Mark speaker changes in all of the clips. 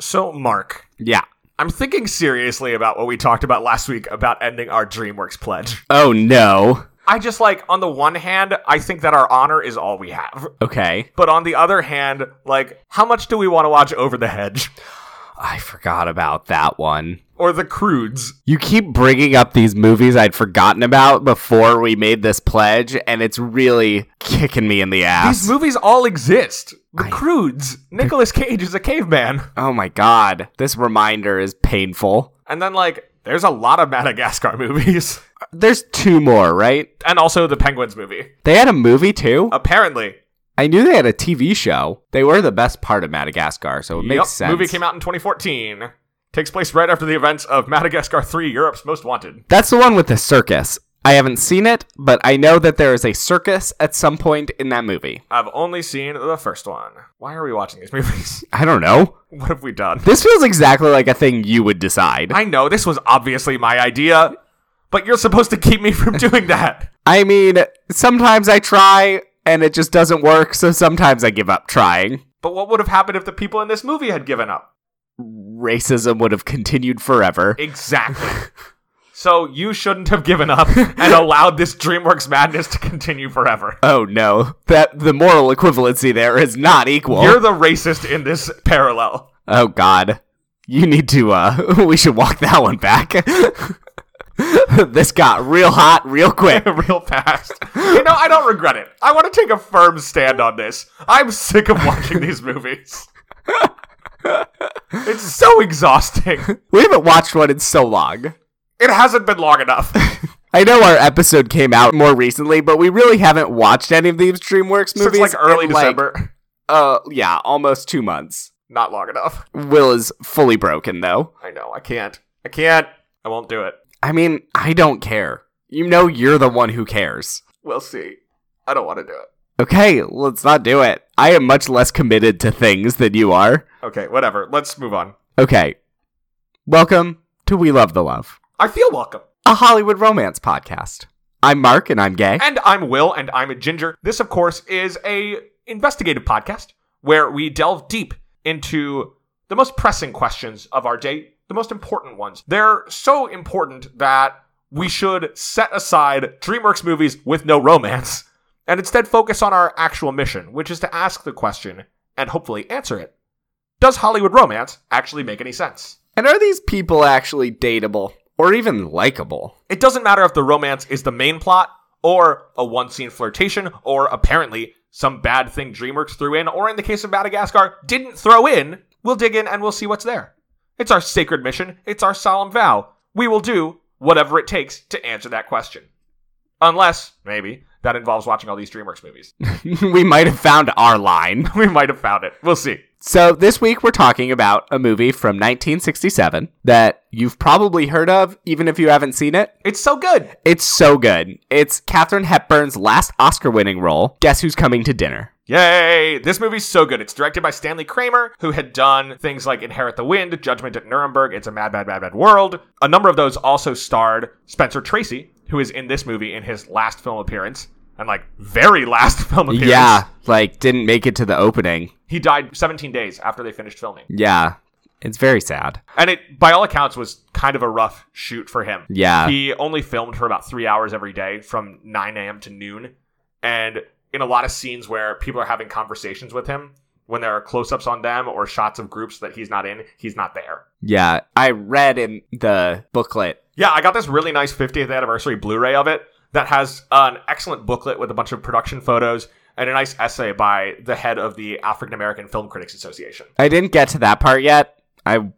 Speaker 1: So, Mark,
Speaker 2: Yeah.
Speaker 1: I'm thinking seriously about what we talked about last week about ending our DreamWorks pledge.
Speaker 2: Oh no.
Speaker 1: I just like, on the one hand, I think that our honor is all we have.
Speaker 2: Okay.
Speaker 1: But on the other hand, like, how much do we want to watch Over the Hedge
Speaker 2: I forgot about that one.
Speaker 1: or The Crudes?
Speaker 2: You keep bringing up these movies I'd forgotten about before we made this pledge, and it's really kicking me in the ass.
Speaker 1: These movies all exist. The Crudes. Nicolas Cage is a caveman.
Speaker 2: oh my god. This reminder is painful.
Speaker 1: And then, like, there's a lot of Madagascar movies.
Speaker 2: There's two more, right?
Speaker 1: And also the Penguins movie.
Speaker 2: They had a movie too?
Speaker 1: Apparently.
Speaker 2: I knew they had a TV show. They were the best part of Madagascar, so it
Speaker 1: Yep,
Speaker 2: makes sense.
Speaker 1: Movie came out in 2014. Takes place right after the events of Madagascar 3, Europe's Most Wanted.
Speaker 2: That's the one with the circus. I haven't seen it, but I know that there is a circus at some point in that movie.
Speaker 1: I've only seen the first one. Why are we watching these movies?
Speaker 2: I don't know.
Speaker 1: what have we done?
Speaker 2: This feels exactly like a thing you would decide.
Speaker 1: I know this was obviously my idea, but you're supposed to keep me from doing that.
Speaker 2: I mean, sometimes I try and it just doesn't work, so sometimes I give up trying.
Speaker 1: But what would have happened if the people in this movie had given up?
Speaker 2: Racism would have continued forever.
Speaker 1: Exactly. so you shouldn't have given up and allowed this DreamWorks madness to continue forever.
Speaker 2: Oh no, that the moral equivalency there is not equal.
Speaker 1: You're the racist in this parallel.
Speaker 2: oh god. You need to uh we should walk that one back. this got real hot real quick.
Speaker 1: real fast. You know, I don't regret it. I want to take a firm stand on this. I'm sick of watching these movies. It's so exhausting.
Speaker 2: We haven't watched one in so long.
Speaker 1: It hasn't been long enough.
Speaker 2: I know our episode came out more recently, but we really haven't watched any of these DreamWorks movies
Speaker 1: Since like early
Speaker 2: in, like,
Speaker 1: December.
Speaker 2: uh, yeah, almost two months.
Speaker 1: Not long enough.
Speaker 2: Will is fully broken though.
Speaker 1: I know. I can't. I can't. I won't do it.
Speaker 2: I mean, I don't care. You know, you're the one who cares.
Speaker 1: We'll see. I don't want to do it.
Speaker 2: Okay, let's not do it. I am much less committed to things than you are.
Speaker 1: Okay, whatever. Let's move on.
Speaker 2: Okay. Welcome to We Love the Love,
Speaker 1: I feel welcome.
Speaker 2: a Hollywood romance podcast. I'm Mark and I'm gay.
Speaker 1: And I'm Will, and I'm a Ginger. This, of course, is a investigative podcast where we delve deep into the most pressing questions of our day, the most important ones. They're so important that we should set aside DreamWorks movies with no romance and instead focus on our actual mission, which is to ask the question and hopefully answer it. Does Hollywood romance actually make any sense?
Speaker 2: And are these people actually dateable or even likable?
Speaker 1: It doesn't matter if the romance is the main plot or a one scene flirtation or apparently some bad thing DreamWorks threw in, or in the case of Madagascar, didn't throw in. We'll dig in and we'll see what's there. It's our sacred mission, it's our solemn vow. We will do whatever it takes to answer that question. Unless, maybe, that involves watching all these DreamWorks movies.
Speaker 2: we might have found our line.
Speaker 1: we might have found it. We'll see.
Speaker 2: So, this week we're talking about a movie from 1967 that you've probably heard of, even if you haven't seen it.
Speaker 1: It's so good.
Speaker 2: It's so good. It's Katharine Hepburn's last Oscar winning role. Guess who's coming to dinner?
Speaker 1: Yay! This movie's so good. It's directed by Stanley Kramer, who had done things like Inherit the Wind, Judgment at Nuremberg, It's a Mad, Mad, Mad, Mad World. A number of those also starred Spencer Tracy, who is in this movie in his last film appearance, and like very last film appearance.
Speaker 2: Yeah, like didn't make it to the opening.
Speaker 1: He died 17 days after they finished filming.
Speaker 2: Yeah, it's very sad.
Speaker 1: And it, by all accounts, was kind of a rough shoot for him.
Speaker 2: Yeah.
Speaker 1: He only filmed for about three hours every day from 9 a.m. to noon. And in a lot of scenes where people are having conversations with him, when there are close ups on them or shots of groups that he's not in, he's not there.
Speaker 2: Yeah, I read in the booklet.
Speaker 1: Yeah, I got this really nice 50th anniversary Blu ray of it that has an excellent booklet with a bunch of production photos and a nice essay by the head of the African American Film Critics Association.
Speaker 2: I didn't get to that part yet. I've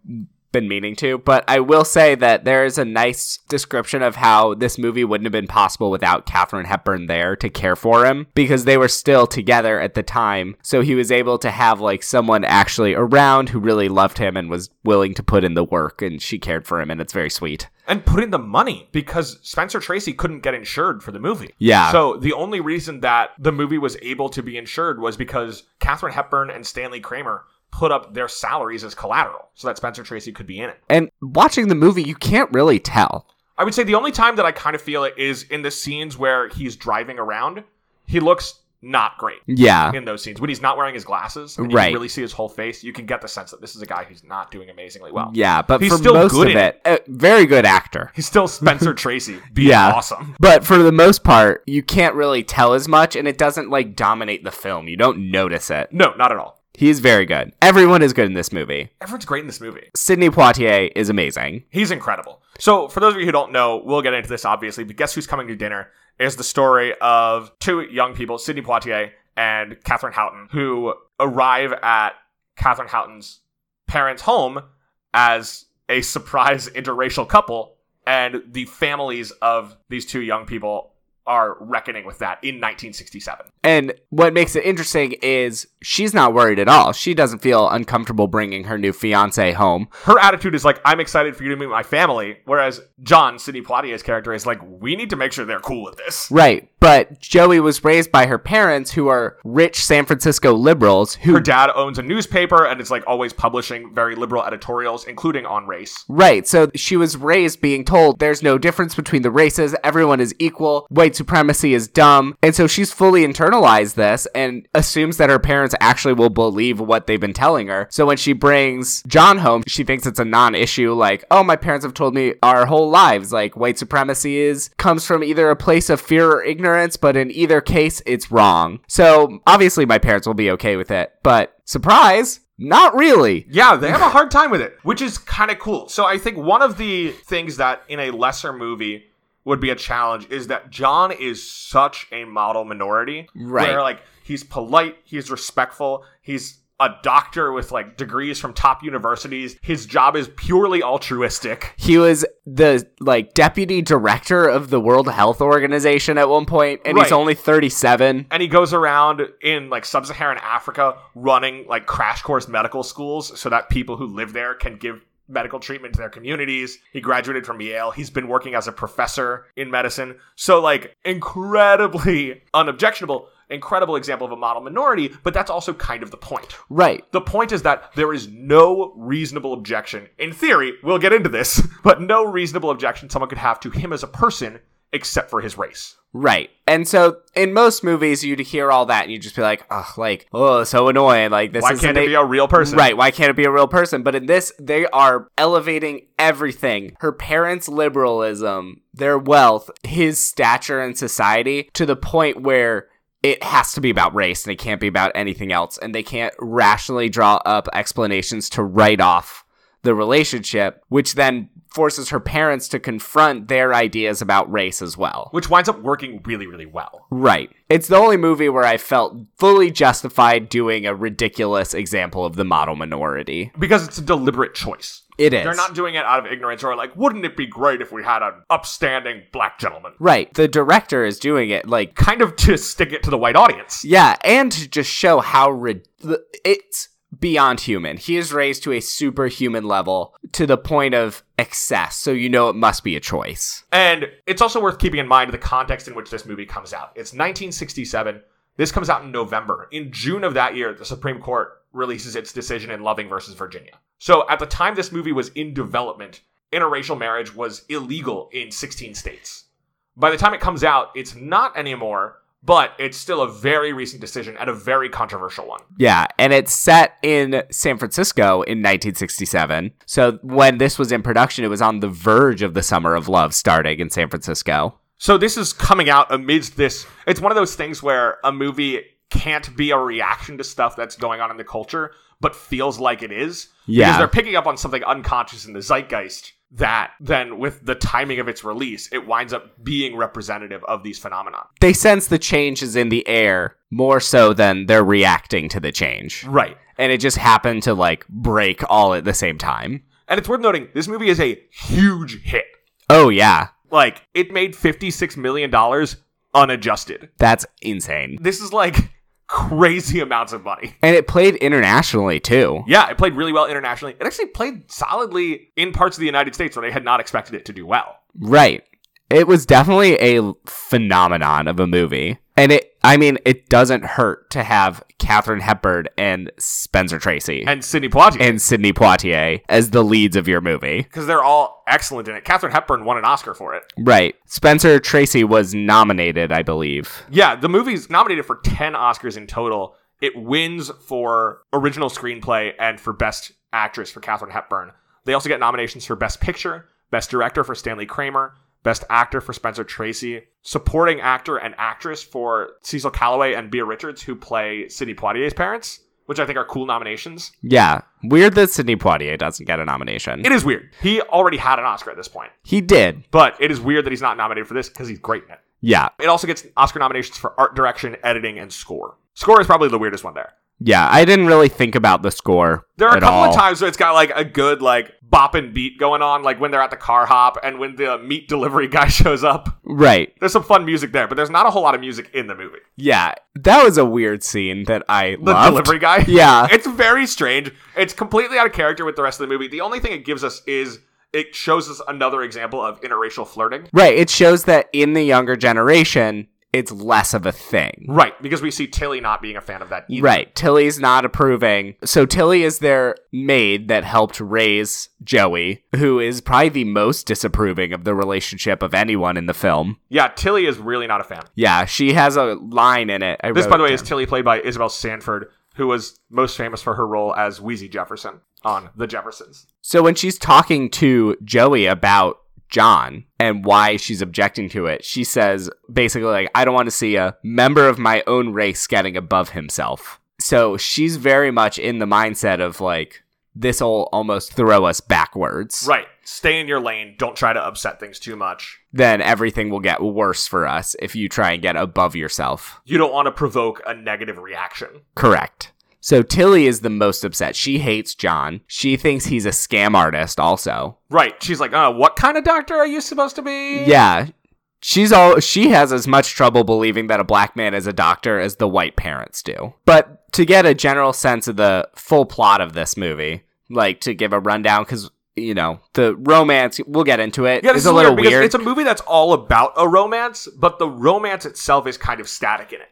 Speaker 2: been meaning to, but I will say that there is a nice description of how this movie wouldn't have been possible without Katharine Hepburn there to care for him because they were still together at the time. So he was able to have like someone actually around who really loved him and was willing to put in the work and she cared for him and it's very sweet.
Speaker 1: and put in the money because Spencer Tracy couldn't get insured for the movie.
Speaker 2: Yeah.
Speaker 1: So the only reason that the movie was able to be insured was because Katharine Hepburn and Stanley Kramer put up their salaries as collateral so that Spencer Tracy could be in it.
Speaker 2: And watching the movie, you can't really tell.
Speaker 1: I would say the only time that I kind of feel it is in the scenes where he's driving around. He looks not great
Speaker 2: Yeah.
Speaker 1: in those scenes when he's not wearing his glasses and you
Speaker 2: Right.
Speaker 1: can really see his whole face. You can get the sense that this is a guy who's not doing amazingly well.
Speaker 2: Yeah, but
Speaker 1: He's
Speaker 2: for
Speaker 1: still
Speaker 2: most
Speaker 1: good
Speaker 2: of
Speaker 1: in
Speaker 2: it, a very good actor.
Speaker 1: He's still Spencer Tracy, being
Speaker 2: Yeah.
Speaker 1: awesome.
Speaker 2: But for the most part, you can't really tell as much, and it doesn't like dominate the film. You don't notice it.
Speaker 1: No, not at all.
Speaker 2: He's very good. Everyone is good in this movie.
Speaker 1: Everyone's great in this movie.
Speaker 2: Sidney Poitier is amazing.
Speaker 1: He's incredible. So, for those of you who don't know, we'll get into this obviously, but guess who's coming to dinner is the story of two young people, Sidney Poitier and Catherine Houghton, who arrive at Catherine Houghton's parents' home as a surprise interracial couple, and the families of these two young people are reckoning with that in 1967.
Speaker 2: And what makes it interesting is she's not worried at all. She doesn't feel uncomfortable bringing her new fiance home.
Speaker 1: Her attitude is like, "I'm excited for you to meet my family," whereas John Sidney Poitier's character is like, "We need to make sure they're cool with this."
Speaker 2: Right. But Joey was raised by her parents who are rich San Francisco liberals who
Speaker 1: her dad owns a newspaper and is like always publishing very liberal editorials, including on race.
Speaker 2: Right, so she was raised being told there's no difference between the races, everyone is equal, white supremacy is dumb. And so she's fully internalized this and assumes that her parents actually will believe what they've been telling her. So when she brings John home, she thinks it's a non issue, like, oh, my parents have told me our whole lives, like, white supremacy is, comes from either a place of fear or ignorance, but in either case, it's wrong. So obviously, my parents will be okay with it, but surprise, not really.
Speaker 1: Yeah, they have a hard time with it, which is kind of cool. So I think one of the things that in a lesser movie would be a challenge is that John is such a model minority.
Speaker 2: Right.
Speaker 1: Where like he's polite, he's respectful, he's a doctor with like degrees from top universities. His job is purely altruistic.
Speaker 2: he was the like deputy director of the World Health Organization at one point, and
Speaker 1: Right.
Speaker 2: he's only 37.
Speaker 1: and he goes around in like sub-Saharan Africa running like crash course medical schools so that people who live there can give medical treatment to their communities. He graduated from Yale. He's been working as a professor in medicine. So like incredibly unobjectionable, incredible example of a model minority, but that's also kind of the point.
Speaker 2: Right.
Speaker 1: The point is that there is no reasonable objection. In theory, we'll get into this, but no reasonable objection someone could have to him as a person except for his race.
Speaker 2: Right. And so in most movies you'd hear all that and you'd just be like, "Oh, like, oh, so annoying. Like this
Speaker 1: Why
Speaker 2: is
Speaker 1: can't it be a real person?
Speaker 2: Right, why can't it be a real person? But in this, they are elevating everything. Her parents' liberalism, their wealth, his stature in society to the point where it has to be about race and it can't be about anything else. And they can't rationally draw up explanations to write off the relationship, which then forces her parents to confront their ideas about race as well.
Speaker 1: which winds up working really, really well.
Speaker 2: Right. It's the only movie where I felt fully justified doing a ridiculous example of the model minority.
Speaker 1: Because it's a deliberate choice.
Speaker 2: It is.
Speaker 1: They're not doing it out of ignorance or like, wouldn't it be great if we had an upstanding black gentleman?
Speaker 2: Right. The director is doing it like
Speaker 1: Kind of to stick it to the white audience.
Speaker 2: yeah, and to just show how rid- the- it's beyond human. He is raised to a superhuman level to the point of excess, so you know it must be a choice.
Speaker 1: And it's also worth keeping in mind the context in which this movie comes out. It's 1967. This comes out in November. In June of that year, the Supreme Court releases its decision in Loving versus Virginia. So at the time this movie was in development, interracial marriage was illegal in 16 states. By the time it comes out, it's not anymore, but it's still a very recent decision and a very controversial one.
Speaker 2: Yeah, and it's set in San Francisco in 1967. So when this was in production, it was on the verge of the Summer of Love starting in San Francisco.
Speaker 1: So this is coming out amidst this. It's one of those things where a movie can't be a reaction to stuff that's going on in the culture, but feels like it is. Because
Speaker 2: Yeah.
Speaker 1: they're picking up on something unconscious in the zeitgeist that then with the timing of its release, it winds up being representative of these phenomena.
Speaker 2: They sense the change is in the air more so than they're reacting to the change.
Speaker 1: Right.
Speaker 2: and it just happened to like break all at the same time.
Speaker 1: And it's worth noting, this movie is a huge hit.
Speaker 2: Oh yeah,
Speaker 1: Like, it made $56 million unadjusted.
Speaker 2: that's insane.
Speaker 1: This is like crazy amounts of money.
Speaker 2: And it played internationally too.
Speaker 1: Yeah, it played really well internationally. It actually played solidly in parts of the United States where they had not expected it to do well.
Speaker 2: Right. It was definitely a phenomenon of a movie. And it I mean, it doesn't hurt to have Katherine Hepburn and Spencer Tracy and,
Speaker 1: and Sidney Poitier.
Speaker 2: Sidney Poitier as the leads of your movie.
Speaker 1: because they're all excellent in it. Katherine Hepburn won an Oscar for it.
Speaker 2: Right. Spencer Tracy was nominated, I believe.
Speaker 1: Yeah, the movie's nominated for 10 Oscars in total. It wins for original screenplay and for best actress for Katherine Hepburn. They also get nominations for best picture, best director for Stanley Kramer, best actor for Spencer Tracy, supporting actor and actress for Cecil Calloway and Bea Richards, who play Sidney Poitier's parents, which I think are cool nominations.
Speaker 2: Yeah. Weird that Sidney Poitier doesn't get a nomination.
Speaker 1: It is weird. He already had an Oscar at this point,
Speaker 2: he did.
Speaker 1: but it is weird that he's not nominated for this because he's great in it.
Speaker 2: Yeah.
Speaker 1: It also gets Oscar nominations for art direction, editing, and score. Score is probably the weirdest one there.
Speaker 2: Yeah. I didn't really think about the score.
Speaker 1: There are a
Speaker 2: at
Speaker 1: couple
Speaker 2: all.
Speaker 1: of times where it's got like a good like bop and beat going on, like when they're at the car hop and when the meat delivery guy shows up.
Speaker 2: Right.
Speaker 1: There's some fun music there, but there's not a whole lot of music in the movie.
Speaker 2: Yeah. That was a weird scene that I
Speaker 1: The
Speaker 2: loved.
Speaker 1: delivery guy.
Speaker 2: Yeah.
Speaker 1: It's very strange. It's completely out of character with the rest of the movie. The only thing it gives us is it shows us another example of interracial flirting.
Speaker 2: Right. It shows that in the younger generation, it's less of a thing.
Speaker 1: Right, because we see Tilly not being a fan of that either.
Speaker 2: Right. Tilly's not approving. So Tilly is their maid that helped raise Joey, who is probably the most disapproving of the relationship of anyone in the film.
Speaker 1: Yeah, Tilly is really not a fan.
Speaker 2: Yeah, she has a line in it. I
Speaker 1: This,
Speaker 2: wrote
Speaker 1: by the way,
Speaker 2: down.
Speaker 1: is Tilly, played by Isabel Sanford, who was most famous for her role as Wheezy Jefferson on The Jeffersons.
Speaker 2: So when she's talking to Joey about John and why she's objecting to it, she says basically like I don't want to see a member of my own race getting above himself. So she's very much in the mindset of like this'll almost throw us backwards.
Speaker 1: Right. Stay in your lane. Don't try to upset things too much.
Speaker 2: Then everything will get worse for us if you try and get above yourself.
Speaker 1: You don't want to provoke a negative reaction.
Speaker 2: Correct. So Tilly is the most upset. She hates John. She thinks he's a scam artist also.
Speaker 1: Right. She's like, uh, what kind of doctor are you supposed to be?
Speaker 2: Yeah. She's all she has as much trouble believing that a black man is a doctor as the white parents do. But to get a general sense of the full plot of this movie, like to give a rundown cuz you know, the romance we'll get into it.
Speaker 1: Yeah,
Speaker 2: Yeah,
Speaker 1: this
Speaker 2: is
Speaker 1: is
Speaker 2: a little
Speaker 1: weird. because
Speaker 2: weird.
Speaker 1: It's a movie that's all about a romance, but the romance itself is kind of static in it.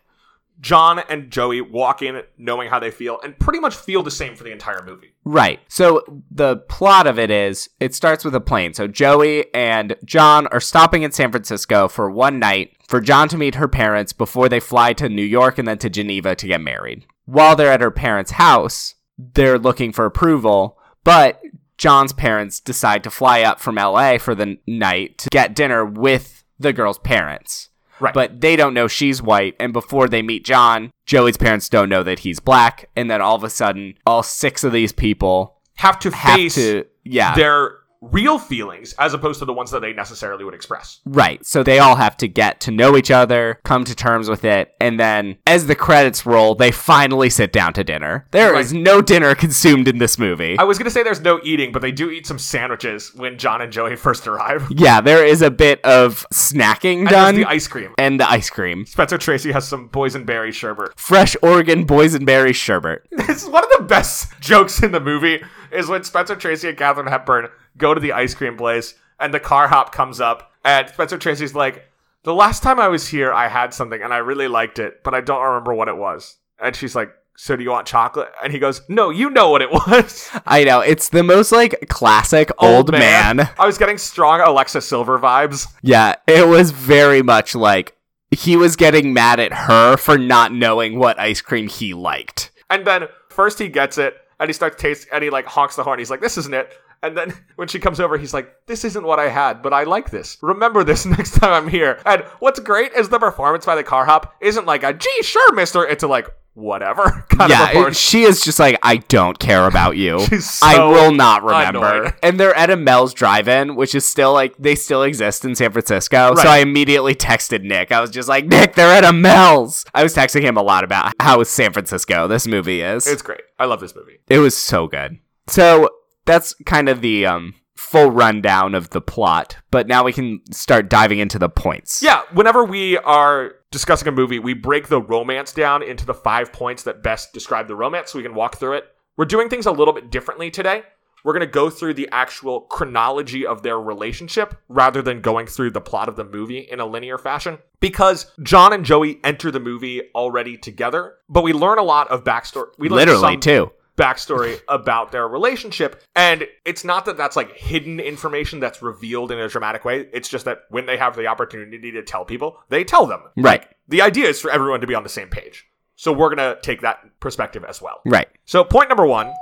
Speaker 1: John and Joey walk in knowing how they feel and pretty much feel the same for the entire movie.
Speaker 2: Right. So the plot of it is it starts with a plane. So Joey and John are stopping in San Francisco for one night for John to meet her parents before they fly to New York and then to Geneva to get married. While they're at her parents' house, they're looking for approval, but John's parents decide to fly up from LA for the n- night to get dinner with the girl's parents.
Speaker 1: Right.
Speaker 2: But they don't know she's white. And before they meet John, Joey's parents don't know that he's black. And then all of a sudden, all six of these people
Speaker 1: Have to
Speaker 2: have
Speaker 1: face
Speaker 2: to. Yeah.
Speaker 1: their real feelings as opposed to the ones that they necessarily would express.
Speaker 2: Right. So they all have to get to know each other, come to terms with it, and then as the credits roll, they finally sit down to dinner. There is
Speaker 1: Right.
Speaker 2: no dinner consumed in this movie.
Speaker 1: I was going to say there's no eating, but they do eat some sandwiches when John and Joey first arrive.
Speaker 2: yeah, there is a bit of snacking
Speaker 1: And there's
Speaker 2: done
Speaker 1: the ice cream.
Speaker 2: and the ice cream.
Speaker 1: Spencer Tracy has some boysenberry sherbet.
Speaker 2: Fresh Oregon boysenberry sherbet.
Speaker 1: It's one of the best jokes in the movie is when Spencer Tracy and Katherine Hepburn go to the ice cream place and the car hop comes up and Spencer Tracy's like, "The last time I was here, I had something and I really liked it, but I don't remember what it was." And she's like, "So do you want chocolate?" And he goes, "No, you know what it was."
Speaker 2: I know, it's the most like classic old, man.
Speaker 1: Oh, I was getting strong Alexa Silver vibes.
Speaker 2: Yeah, it was very much like he was getting mad at her for not knowing what ice cream he liked.
Speaker 1: And then first he gets it and he starts tasting and he like honks the horn. He's like, this isn't it. And then when she comes over, he's like, this isn't what I had, but I like this. Remember this next time I'm here. And what's great is the performance by the car hop isn't like a gee, sure, mister. It's a like, whatever kind of
Speaker 2: yeah, it-
Speaker 1: performance.
Speaker 2: she is just like, I don't care about you.
Speaker 1: She's
Speaker 2: I
Speaker 1: so
Speaker 2: will not remember.
Speaker 1: annoyed.
Speaker 2: And they're at a Mel's drive-in, which is still like they still exist in San Francisco.
Speaker 1: Right.
Speaker 2: So I immediately texted Nick. I was just like, Nick, they're at a Mel's. I was texting him a lot about how San Francisco this movie is.
Speaker 1: It's great. I love this movie.
Speaker 2: it was so good. So that's kind of the um full rundown of the plot. But now we can start diving into the points.
Speaker 1: Yeah, whenever we are discussing a movie, we break the romance down into the five points that best describe the romance so we can walk through it. We're doing things a little bit differently today. We're going to go through the actual chronology of their relationship rather than going through the plot of the movie in a linear fashion because John and Joey enter the movie already together, but we learn a lot of backstory. We learn
Speaker 2: Literally,
Speaker 1: some
Speaker 2: too.
Speaker 1: backstory about their relationship. And it's not that that's like hidden information that's revealed in a dramatic way. It's just that when they have the opportunity to tell people, they tell them.
Speaker 2: Right.
Speaker 1: The idea is for everyone to be on the same page. So we're going to take that perspective as well.
Speaker 2: Right.
Speaker 1: So, point number one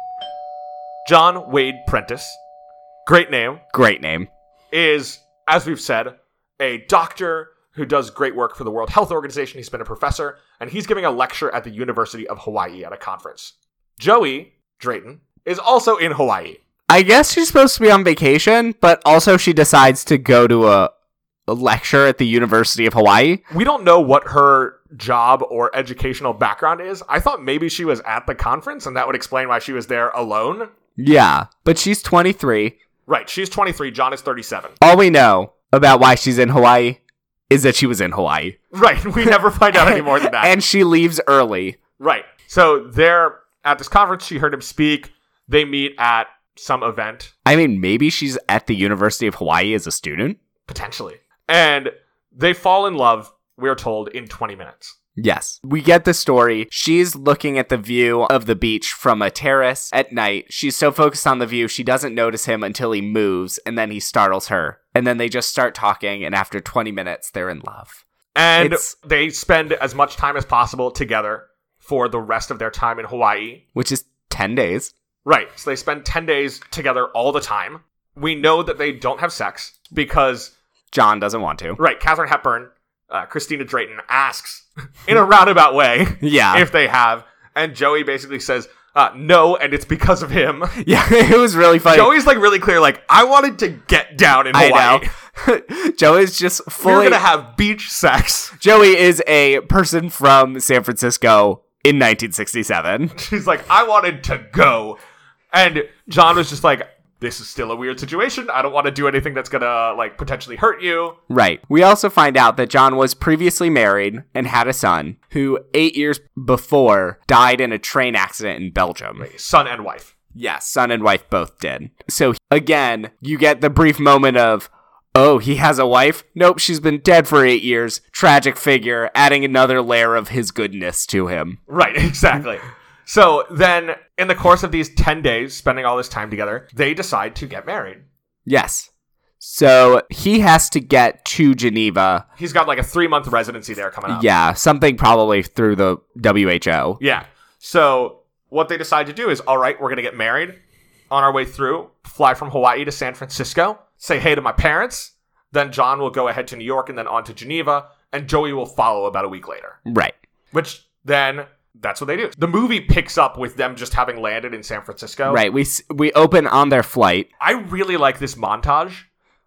Speaker 1: John Wade Prentice, great name,
Speaker 2: Great name.
Speaker 1: is, as we've said, a doctor who does great work for the World Health Organization. He's been a professor, and he's giving a lecture at the University of Hawaii at a conference. Joey Drayton is also in Hawaii.
Speaker 2: I guess she's supposed to be on vacation, but also she decides to go to a, a lecture at the University of Hawaii.
Speaker 1: We don't know what her job or educational background is. I thought maybe she was at the conference, and that would explain why she was there alone.
Speaker 2: Yeah, but she's 23.
Speaker 1: Right, she's 23, John is 37.
Speaker 2: All we know about why she's in Hawaii is that she was in Hawaii.
Speaker 1: Right, we never find out any more than that.
Speaker 2: And she leaves early.
Speaker 1: Right. So they're at this conference. She heard him speak. They meet at some event,
Speaker 2: I mean, maybe she's at the University of Hawaii as a student.
Speaker 1: potentially. And they fall in love, we're told, in 20 minutes.
Speaker 2: Yes. We get the story. She's looking at the view of the beach from a terrace at night. She's so focused on the view, she doesn't notice him until he moves and then he startles her. And then they just start talking, and after 20 minutes, they're in love.
Speaker 1: And
Speaker 2: It's-
Speaker 1: they spend as much time as possible together for the rest of their time in Hawaii.
Speaker 2: Which is 10 days.
Speaker 1: Right. So they spend 10 days together all the time. We know that they don't have sex because
Speaker 2: John doesn't want to.
Speaker 1: Right, Katherine Hepburn, uh, Christina Drayton asks in a roundabout way
Speaker 2: Yeah.
Speaker 1: if they have, and Joey basically says uh, no, and it's because of him.
Speaker 2: Yeah, it was really funny.
Speaker 1: Joey's like really clear, like I wanted to get down in Hawaii.
Speaker 2: I know. Joey's just
Speaker 1: We We're
Speaker 2: fully.
Speaker 1: gonna have beach sex.
Speaker 2: Joey is a person from San Francisco in 1967.
Speaker 1: She's like, I wanted to go, and John was just like, this is still a weird situation. I don't want to do anything that's gonna like potentially hurt you.
Speaker 2: Right. We also find out that John was previously married and had a son who, eight years before, died in a train accident in Belgium.
Speaker 1: Son and wife.
Speaker 2: Yes, son and wife both did. So, again, you get the brief moment of, oh, he has a wife? Nope, she's been dead for eight years. Tragic figure, adding another layer of his goodness to him.
Speaker 1: Right, exactly. So then, in the course of these 10 days, spending all this time together, they decide to get married.
Speaker 2: Yes. So, he has to get to Geneva.
Speaker 1: He's got like a three month residency there coming up.
Speaker 2: Yeah, something probably through the WHO.
Speaker 1: Yeah. So, what they decide to do is all right, we're going to get married. On our way through, fly from Hawaii to San Francisco, say hey to my parents. Then John will go ahead to New York and then on to Geneva, and Joey will follow about a week later.
Speaker 2: Right.
Speaker 1: Which then, that's what they do. The movie picks up with them just having landed in San Francisco.
Speaker 2: Right. We, s- we open on their flight.
Speaker 1: I really like this montage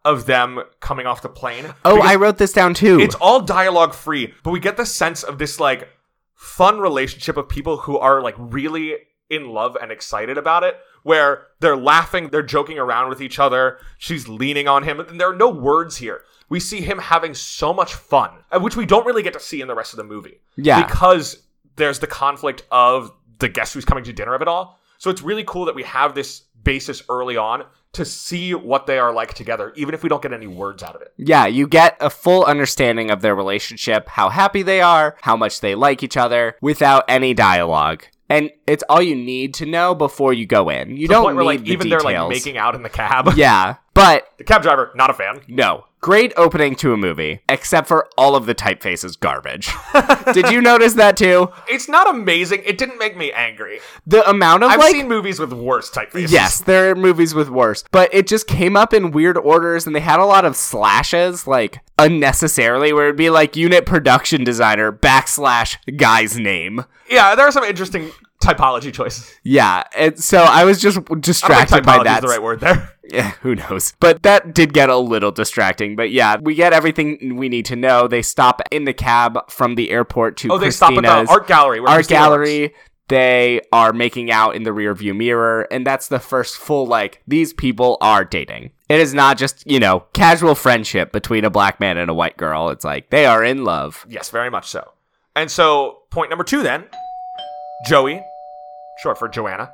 Speaker 1: of them coming off the plane.
Speaker 2: Oh,
Speaker 1: Because
Speaker 2: I wrote this down too.
Speaker 1: it's all dialogue free, but we get the sense of this like fun relationship of people who are like really in love and excited about it, where they're laughing, they're joking around with each other. She's leaning on him, and there are no words here. We see him having so much fun, uh, which we don't really get to see in the rest of the movie
Speaker 2: yeah.
Speaker 1: because there's the conflict of the guest who's coming to dinner of it all. So it's really cool that we have this basis early on to see what they are like together, even if we don't get any words out of it.
Speaker 2: yeah, you get a full understanding of their relationship, how happy they are, how much they like each other without any dialogue. And it's all you need to know before you go in.
Speaker 1: To the
Speaker 2: You don't
Speaker 1: point
Speaker 2: need
Speaker 1: where like
Speaker 2: the
Speaker 1: even
Speaker 2: details.
Speaker 1: they're like making out in the cab.
Speaker 2: yeah, but
Speaker 1: The cab driver, not a fan.
Speaker 2: no. Great opening to a movie, except for all of the typefaces garbage. Did you notice that too?
Speaker 1: It's not amazing. It didn't make me angry.
Speaker 2: The amount of
Speaker 1: I've
Speaker 2: like
Speaker 1: seen movies with worse typefaces.
Speaker 2: Yes, there are movies with worse, but it just came up in weird orders, and they had a lot of slashes, like unnecessarily, where it'd be like unit production designer backslash guy's name.
Speaker 1: Yeah, there are some interesting typology choices.
Speaker 2: Yeah, and so I was just
Speaker 1: I don't
Speaker 2: distracted
Speaker 1: think
Speaker 2: by
Speaker 1: typology is
Speaker 2: that.
Speaker 1: the right word there.
Speaker 2: Yeah, who knows? But that did get a little distracting. But yeah, we get everything we need to know. They stop in the cab from the airport to
Speaker 1: Oh, they stop at
Speaker 2: Christina's
Speaker 1: the art gallery. Where
Speaker 2: art
Speaker 1: Christina works.
Speaker 2: gallery. They are making out in the rearview mirror, and that's the first full like these people are dating. It is not just you know casual friendship between a black man and a white girl. It's like they are in love.
Speaker 1: Yes, very much so. And so, point number two then Joey, short for Joanna,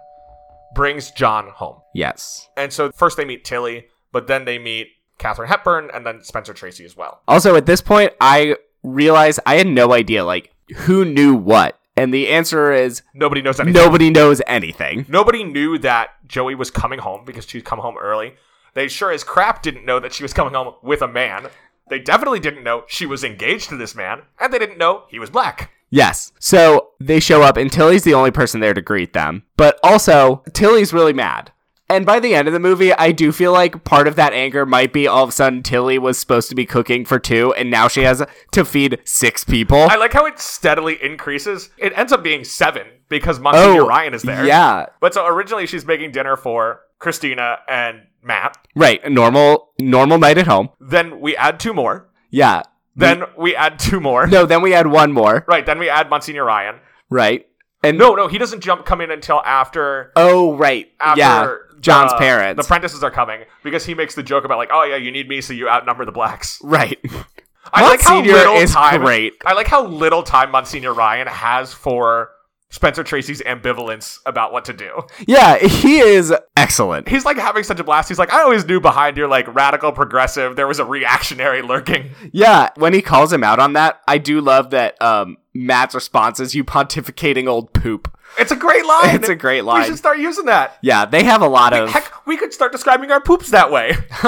Speaker 1: brings John home.
Speaker 2: Yes.
Speaker 1: And so first they meet Tilly, but then they meet Catherine Hepburn and then Spencer Tracy as well.
Speaker 2: Also, at this point, I realized I had no idea, like, who knew what. And the answer is
Speaker 1: Nobody knows anything.
Speaker 2: nobody knows anything.
Speaker 1: Nobody knew that Joey was coming home because she'd come home early. They sure as crap didn't know that she was coming home with a man. They definitely didn't know she was engaged to this man, and they didn't know he was black.
Speaker 2: Yes. So they show up, and Tilly's the only person there to greet them. But also, Tilly's really mad. And by the end of the movie, I do feel like part of that anger might be all of a sudden Tilly was supposed to be cooking for two, and now she has to feed six people.
Speaker 1: I like how it steadily increases. It ends up being seven because Monsignor Ryan is there.
Speaker 2: Oh, Yeah.
Speaker 1: But so originally she's making dinner for Christina and Matt.
Speaker 2: Right. A normal normal night at home.
Speaker 1: Then we add two more.
Speaker 2: Yeah.
Speaker 1: Then we add two more.
Speaker 2: No, then we had one more.
Speaker 1: Right. Then we add Monsignor Ryan.
Speaker 2: Right. And
Speaker 1: No, no, he doesn't jump come in until after
Speaker 2: Oh, right.
Speaker 1: after
Speaker 2: yeah. John's
Speaker 1: the-
Speaker 2: parents.
Speaker 1: The apprentices are coming because he makes the joke about like, oh yeah, you need me, so you outnumber the blacks.
Speaker 2: right.
Speaker 1: I like how
Speaker 2: Monsignor
Speaker 1: little
Speaker 2: is
Speaker 1: time.
Speaker 2: great.
Speaker 1: I like how little time Monsignor Ryan has for Spencer Tracy's ambivalence about what to do.
Speaker 2: Yeah, he is excellent.
Speaker 1: He's like having such a blast. He's like, I always knew behind your like radical progressive there was a reactionary lurking.
Speaker 2: Yeah, when he calls him out on that, I do love that um, Matt's response is you pontificating old poop.
Speaker 1: It's a great line.
Speaker 2: It's a great
Speaker 1: Oh, we
Speaker 2: line.
Speaker 1: should start using that.
Speaker 2: Yeah, they have a lot of.
Speaker 1: Heck, we could start describing our poops that way.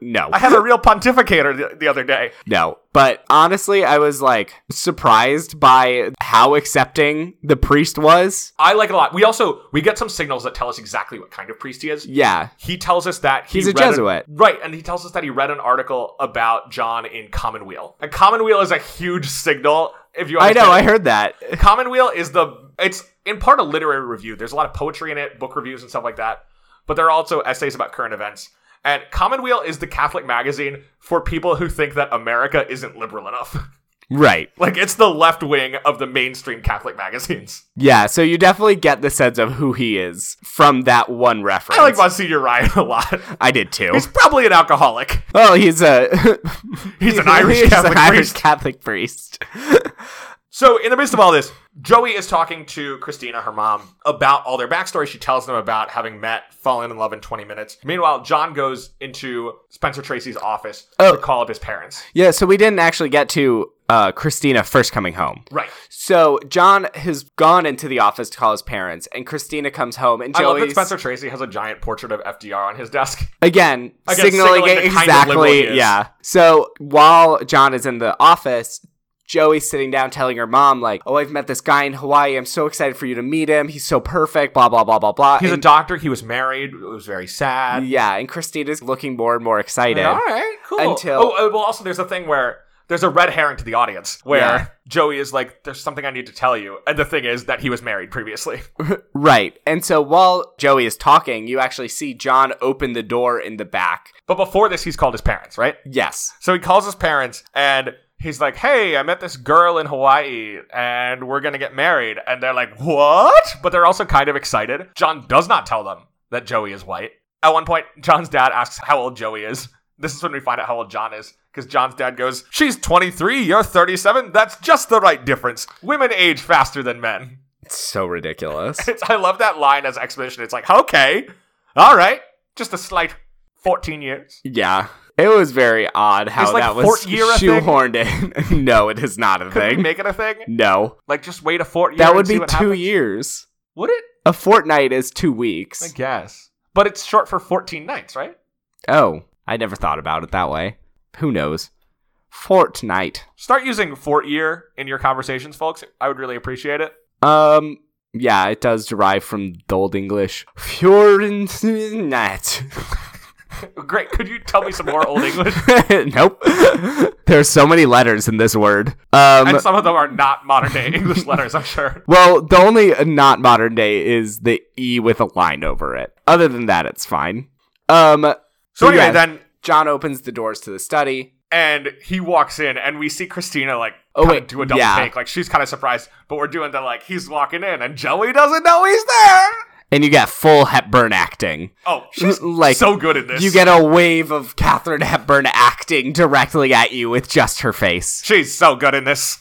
Speaker 2: no.
Speaker 1: I had a real pontificator the, the other day.
Speaker 2: No. But honestly, I was like surprised by how accepting the priest was.
Speaker 1: I like it a lot. We also we get some signals that tell us exactly what kind of priest he is.
Speaker 2: Yeah.
Speaker 1: He tells us that he
Speaker 2: He's a
Speaker 1: read an-
Speaker 2: Jesuit.
Speaker 1: right? And he tells us that he read an article about John in Commonweal. And Commonweal is a huge signal. If you,
Speaker 2: I
Speaker 1: understand
Speaker 2: know, I heard that.
Speaker 1: Commonweal is the it's in part a literary review. There's a lot of poetry in it, book reviews and stuff like that. But there are also essays about current events. And Commonweal is the Catholic magazine for people who think that America isn't liberal enough.
Speaker 2: Right.
Speaker 1: like it's the left wing of the mainstream Catholic magazines.
Speaker 2: Yeah, so you definitely get the sense of who he is from that one reference.
Speaker 1: I like Monsignor Ryan a lot.
Speaker 2: I did too.
Speaker 1: He's probably an alcoholic.
Speaker 2: well, he's a
Speaker 1: He's an Irish
Speaker 2: he's
Speaker 1: Catholic
Speaker 2: an Irish
Speaker 1: priest.
Speaker 2: Catholic priest.
Speaker 1: So, in the midst of all this, Joey is talking to Christina, her mom, about all their backstory. She tells them about having met, fallen in love in 20 minutes. Meanwhile, John goes into Spencer Tracy's office
Speaker 2: Oh.
Speaker 1: to call up his parents.
Speaker 2: Yeah, so we didn't actually get to uh, Christina first coming home.
Speaker 1: Right.
Speaker 2: So John has gone into the office to call his parents, and Christina comes home, and
Speaker 1: I love that
Speaker 2: Joey's
Speaker 1: Spencer Tracy has a giant portrait of FDR on his desk.
Speaker 2: again,
Speaker 1: Again,
Speaker 2: signaling,
Speaker 1: signaling
Speaker 2: it
Speaker 1: the kind of liberal he
Speaker 2: exactly.
Speaker 1: is.
Speaker 2: yeah. So while John is in the office, Joey's sitting down telling her mom, like, "Oh, I've met this guy in Hawaii. I'm so excited for you to meet him. He's so perfect. Blah blah blah blah blah."
Speaker 1: He's a
Speaker 2: And-
Speaker 1: doctor. He was married. It was very sad.
Speaker 2: yeah, and Christina's looking more and more excited.
Speaker 1: All right, cool.
Speaker 2: Until-
Speaker 1: oh, oh, well, also there's a thing where there's a red herring to the audience where
Speaker 2: Yeah.
Speaker 1: Joey is like, "There's something I need to tell you," and the thing is that he was married previously.
Speaker 2: Right. And so while Joey is talking, you actually see John open the door in the back.
Speaker 1: but before this, he's called his parents, right?
Speaker 2: Yes.
Speaker 1: So he calls his parents and he's like, Hey, I met this girl in Hawaii and we're going to get married. And they're like, What? But they're also kind of excited. John does not tell them that Joey is white. At one point, John's dad asks how old Joey is. This is when we find out how old John is because John's dad goes, She's 23, you're 37. That's just the right difference. Women age faster than men.
Speaker 2: It's so ridiculous.
Speaker 1: It's, I love that line as exposition. It's like, Okay, all right, just a slight 14 years.
Speaker 2: Yeah. It was very odd how
Speaker 1: Is, like,
Speaker 2: that was
Speaker 1: Fort Year a thing?
Speaker 2: shoehorned in. no, it is not a
Speaker 1: Could we
Speaker 2: thing.
Speaker 1: make it a thing?
Speaker 2: no.
Speaker 1: Like, just wait a fort year.
Speaker 2: That
Speaker 1: and
Speaker 2: would
Speaker 1: see
Speaker 2: be two
Speaker 1: what happens?
Speaker 2: years.
Speaker 1: Would it?
Speaker 2: A fortnight is two
Speaker 1: I
Speaker 2: weeks.
Speaker 1: guess. But it's short for 14 nights, right?
Speaker 2: Oh, I never thought about it that way. Who knows? Fortnight.
Speaker 1: Start using fort year in your conversations, folks. I would really appreciate it.
Speaker 2: Um, yeah, it does derive from the Old English. Fjordnat.
Speaker 1: Great. Could you tell me some more Old English?
Speaker 2: nope. There's so many letters in this word. Um,
Speaker 1: And some of them are not modern day English letters, I'm sure.
Speaker 2: well, the only not modern day is the E with a line over it. Other than that, it's fine. Um,
Speaker 1: So, anyway,
Speaker 2: yeah,
Speaker 1: then,
Speaker 2: John opens the doors to the study.
Speaker 1: and he walks in, and we see Christina, like,
Speaker 2: Oh,
Speaker 1: kinda
Speaker 2: wait,
Speaker 1: do a double
Speaker 2: yeah.
Speaker 1: take. Like, she's kind of surprised, but we're doing the, like, he's walking in, and Joey doesn't know he's there.
Speaker 2: And you get full Hepburn acting.
Speaker 1: Oh, she's
Speaker 2: Like,
Speaker 1: so good at this.
Speaker 2: You get a wave of Catherine Hepburn acting directly at you with just her face.
Speaker 1: She's so good in this.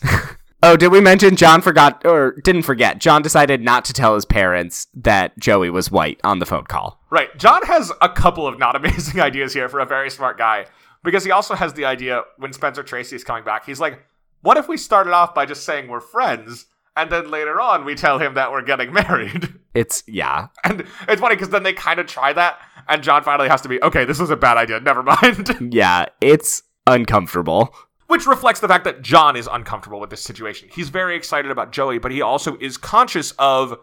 Speaker 2: Oh, did we mention John forgot or didn't forget? John decided not to tell his parents that Joey was white on the phone call.
Speaker 1: Right. John has a couple of not amazing ideas here for a very smart guy because he also has the idea when Spencer Tracy is coming back, he's like, what if we started off by just saying we're friends and then later on we tell him that we're getting married?
Speaker 2: It's yeah.
Speaker 1: And it's funny because then they kind of try that and John finally has to be, okay, this was a bad idea. Never mind.
Speaker 2: Yeah, it's uncomfortable.
Speaker 1: Which reflects the fact that John is uncomfortable with this situation. He's very excited about Joey, but he also is conscious of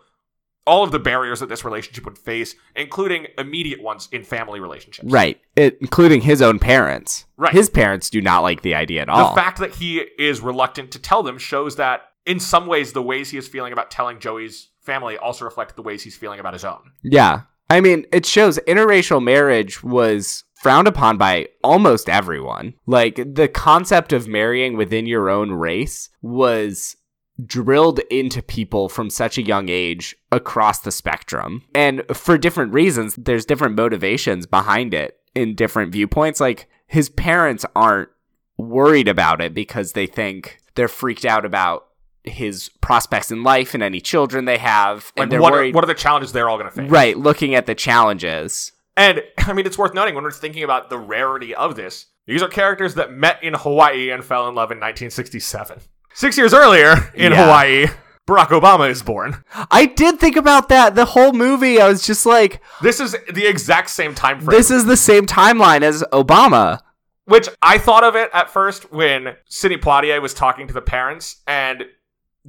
Speaker 1: all of the barriers that this relationship would face, including immediate ones in family relationships.
Speaker 2: Right. It, including his own parents.
Speaker 1: Right.
Speaker 2: His parents do not like the idea at
Speaker 1: The
Speaker 2: all.
Speaker 1: fact that he is reluctant to tell them shows that, in some ways, the ways he is feeling about telling Joey's family also reflect the ways he's feeling about his own.
Speaker 2: yeah. I mean, it shows interracial marriage was frowned upon by almost everyone. Like the concept of marrying within your own race was drilled into people from such a young age across the spectrum. And for different reasons, there's different motivations behind it in different viewpoints. Like his parents aren't worried about it because they think they're freaked out about his prospects in life and any children they have.
Speaker 1: Like,
Speaker 2: and they're
Speaker 1: what, are,
Speaker 2: worried.
Speaker 1: what are the challenges they're all going to face?
Speaker 2: right, looking at the challenges.
Speaker 1: And I mean, it's worth noting when we're thinking about the rarity of this, these are characters that met in Hawaii and fell in love in 1967. Six years earlier in
Speaker 2: Yeah.
Speaker 1: Hawaii, Barack Obama is born.
Speaker 2: I did think about that the whole movie. I was just like,
Speaker 1: This is the exact same time frame.
Speaker 2: this is the same timeline as Obama.
Speaker 1: Which I thought of it at first when Sidney Poitier was talking to the parents and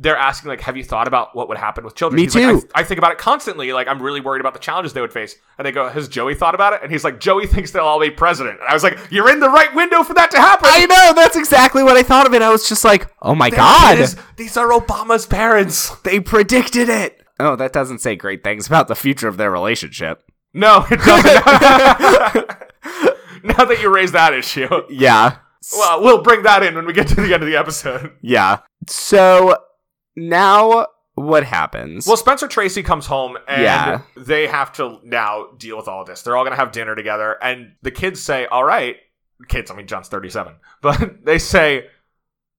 Speaker 1: they're asking like, "Have you thought about what would happen with children?"
Speaker 2: Me
Speaker 1: he's Like, I,
Speaker 2: too.
Speaker 1: I think about it constantly. Like, I'm really worried about the challenges they would face. And they go, "Has Joey thought about it?" And he's like, "Joey thinks they'll all be president." And I was like, "You're in the right window for that to happen."
Speaker 2: I know, that's exactly what I thought of it. I was just like, oh my god.
Speaker 1: It is- these are Obama's parents.
Speaker 2: They predicted it. Oh, that doesn't say great things about the future of their relationship.
Speaker 1: No, it doesn't. now that you raise that issue,
Speaker 2: Yeah.
Speaker 1: well, we'll bring that in when we get to the end of the episode.
Speaker 2: Yeah. So now what happens?
Speaker 1: Well, Spencer Tracy comes home and
Speaker 2: Yeah.
Speaker 1: they have to now deal with all this. They're all going to have dinner together. And the kids say, All right, kids, I mean, John's 37, but they say,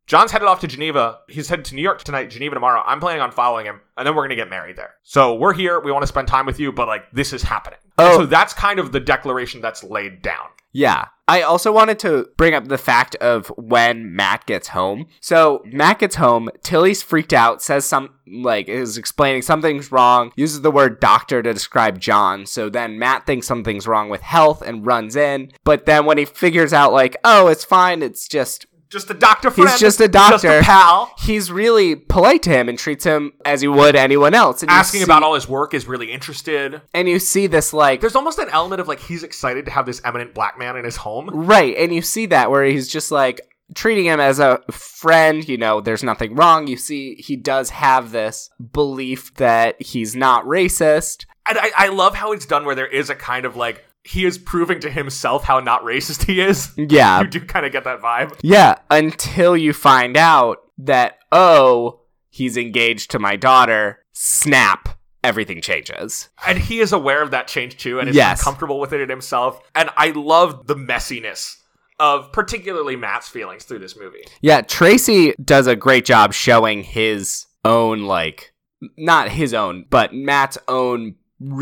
Speaker 1: John's headed off to Geneva. He's headed to New York tonight, Geneva tomorrow. I'm planning on following him, and then we're going to get married there. So we're here. We want to spend time with you, but like this is happening. And
Speaker 2: Oh.
Speaker 1: So that's kind of the declaration that's laid down.
Speaker 2: yeah. I also wanted to bring up the fact of when Matt gets home. So Matt gets home, Tilly's freaked out, says some like is explaining something's wrong, uses the word doctor to describe John. So then Matt thinks something's wrong with health and runs in. But then when he figures out like, "Oh, it's fine. It's just
Speaker 1: Just a doctor friend.
Speaker 2: He's just a
Speaker 1: Just a
Speaker 2: doctor.
Speaker 1: pal.
Speaker 2: he's really polite to him and treats him as he would anyone else. And you
Speaker 1: Asking
Speaker 2: see-
Speaker 1: about all his work is really interested.
Speaker 2: and you see this like
Speaker 1: There's almost an element of like he's excited to have this eminent black man in his home.
Speaker 2: right, and you see that where he's just like treating him as a friend. You know, there's nothing wrong. You see, he does have this belief that he's not racist.
Speaker 1: And I, I love how it's done where there is a kind of like he is proving to himself how not racist he is.
Speaker 2: Yeah,
Speaker 1: You do kind of get that vibe.
Speaker 2: yeah. Until you find out that oh, he's engaged to my daughter. Snap. Everything changes.
Speaker 1: And he is aware of that change too and is
Speaker 2: Yes.
Speaker 1: uncomfortable with it in himself. And I love the messiness of particularly Matt's feelings through this movie.
Speaker 2: Yeah, Tracy does a great job showing his own, like, not his own, but Matt's own